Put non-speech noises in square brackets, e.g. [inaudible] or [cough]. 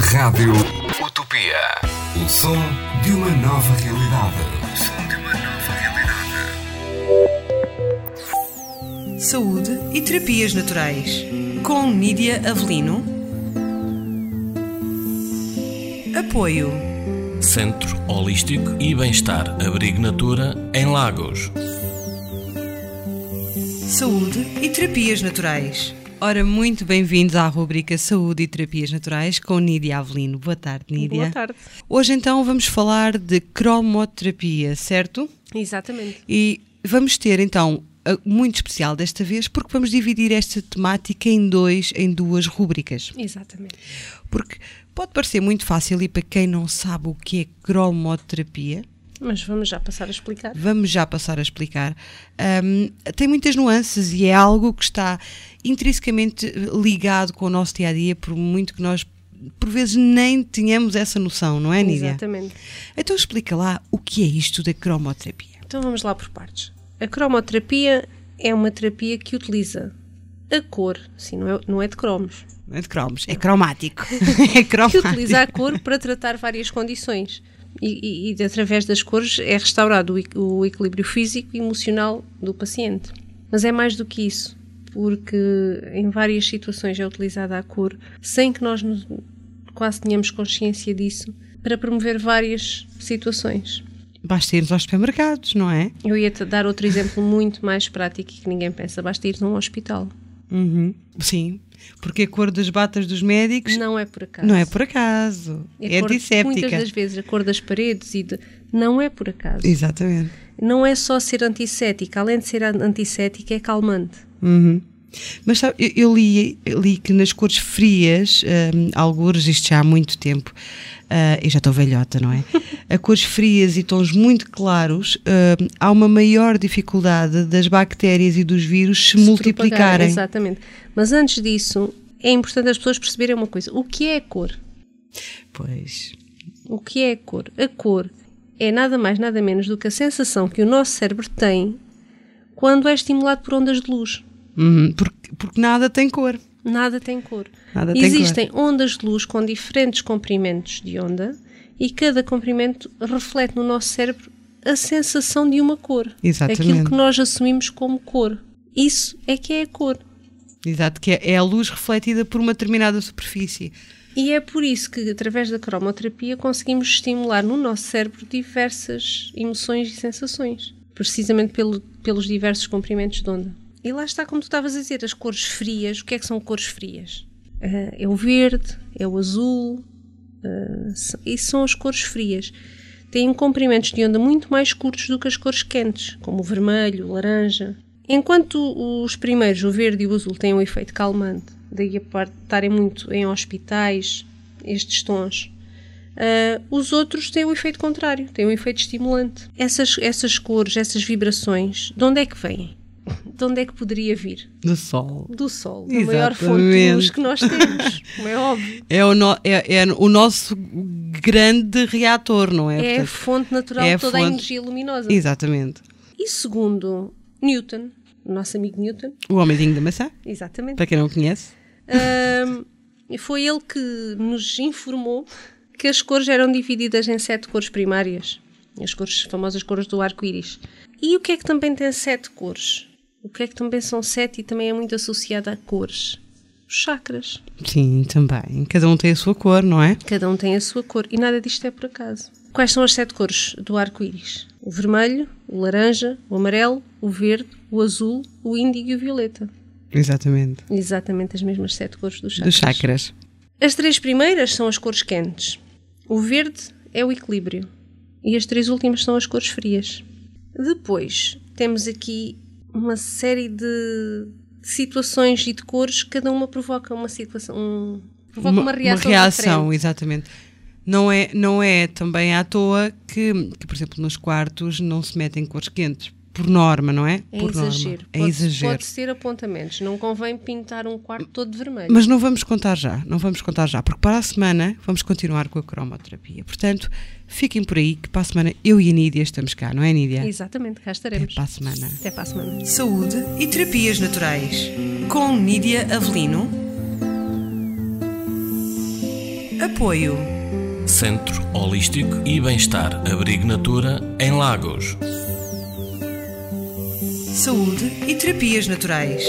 Rádio Utopia. O som de uma nova realidade. O som de uma nova realidade. Saúde e terapias naturais. Com Nídia Avelino. Apoio. Centro Holístico e Bem-Estar Abrigo Natura em Lagos. Saúde e terapias naturais. Ora, muito bem-vindos à rubrica Saúde e Terapias Naturais com Nídia Avelino. Boa tarde, Nídia. Boa tarde. Hoje então vamos falar de cromoterapia, certo? Exatamente. E vamos ter então muito especial desta vez porque vamos dividir esta temática em dois, em duas rubricas. Exatamente. Porque pode parecer muito fácil e para quem não sabe o que é cromoterapia, mas vamos já passar a explicar. Vamos já passar a explicar. Um, tem muitas nuances e é algo que está intrinsecamente ligado com o nosso dia a dia, por muito que nós, por vezes, nem tenhamos essa noção, não é, Nídia? Exatamente. Então explica lá o que é isto da cromoterapia. Então vamos lá por partes. A cromoterapia é uma terapia que utiliza a cor, sim, não é, não é de cromos. Não é de cromos, é [laughs] cromático. [laughs] é cromático. Que utiliza a cor para tratar várias condições. E, e, e, através das cores é restaurado o, o, equilíbrio físico e emocional do paciente. Mas é mais do que isso, porque em várias situações é utilizada a cor sem que nós nos, quase tenhamos consciência disso para promover várias situações. Basta irmos aos supermercados, não é? Eu ia-te dar outro exemplo muito mais prático e que ninguém pensa. Basta ir num hospital. Uhum. Sim, porque a cor das batas dos médicos não é por acaso. Não é por acaso. É, é cor, disséptica. Muitas das vezes a cor das paredes e de, não é por acaso. Exatamente. Não é só ser antissética, além de ser antissética é calmante. Uhum. Mas sabe, eu, eu, li, eu, li, que nas cores frias, um, algures, isto já há muito tempo, uh, eu já estou velhota, [laughs] não é? a cores frias e tons muito claros, uh, há uma maior dificuldade das bactérias e dos vírus se, se multiplicarem. Exatamente. Mas antes disso, é importante as pessoas perceberem uma coisa: o que é a cor? Pois. O que é a cor? A cor é nada mais, nada menos do que a sensação que o nosso cérebro tem quando é estimulado por ondas de luz. Uhum, porque, porque, nada tem cor. Nada tem cor. Nada Existem tem cor. ondas de luz com diferentes comprimentos de onda e cada comprimento reflete no nosso cérebro a sensação de uma cor. Exatamente. Aquilo que nós assumimos como cor. Isso é que é a cor. Exato, que é a luz refletida por uma determinada superfície. E é por isso que, através da cromoterapia, conseguimos estimular no nosso cérebro diversas emoções e sensações, precisamente pelo, pelos diversos comprimentos de onda. E lá está, como tu estavas a dizer, as cores frias. O que é que são cores frias? é o verde, é o azul. Uh, isso são as cores frias. Têm comprimentos de onda muito mais curtos do que as cores quentes, como o vermelho, o laranja. Enquanto os primeiros, o verde e o azul, têm um efeito calmante, daí a parte de estarem muito em hospitais, estes tons, Uh, os outros têm o um efeito contrário, têm um efeito estimulante. Essas, essas cores, essas vibrações, de onde é que vêm? de onde é que poderia vir? Do sol. Do sol, da maior fonte de luz que nós temos, como é óbvio. É o, no, é, é o nosso grande reator, não é? [laughs] É Portanto, a fonte natural é de toda a, fonte... a energia luminosa. Exatamente. E segundo Newton, o nosso amigo Newton. O homenzinho da maçã. Exatamente. Para quem não conhece. Um, foi ele que nos informou que as cores eram divididas em sete cores primárias. As cores, as famosas cores do arco-íris. E o que é que também tem sete cores? O que é que também são sete e também é muito associado a cores? Os chakras. Sim, também. Cada um tem a sua cor, não é? Cada um tem a sua cor e nada disto é por acaso. Quais são as sete cores do arco-íris? O vermelho, o laranja, o amarelo, o verde, o azul, o índigo e o violeta. Exatamente. Exatamente as mesmas sete cores dos chakras. Dos chakras. As três primeiras são as cores quentes. O verde é o equilíbrio. E as três últimas são as cores frias. Depois temos aqui uma série de situações e de cores, cada uma provoca uma situação, um, provoca uma, uma reação. Uma reação, exatamente. Não é, não é também à toa que, que, por exemplo, nos quartos não se metem cores quentes, por norma, não é? É por exagero. Norma. É pode, exagero. Pode ser apontamentos. Não convém pintar um quarto todo de vermelho. Mas não vamos contar já, não vamos contar já, porque para a semana vamos continuar com a cromoterapia. Portanto, fiquem por aí que para a semana eu e a Nídia estamos cá, não é, Nídia? Exatamente, cá estaremos. Até para a semana. Até para a semana. Saúde e terapias naturais com Nídia Avelino. Apoio. Centro Holístico e Bem-Estar Abrigo Natura em Lagos. Saúde e terapias naturais.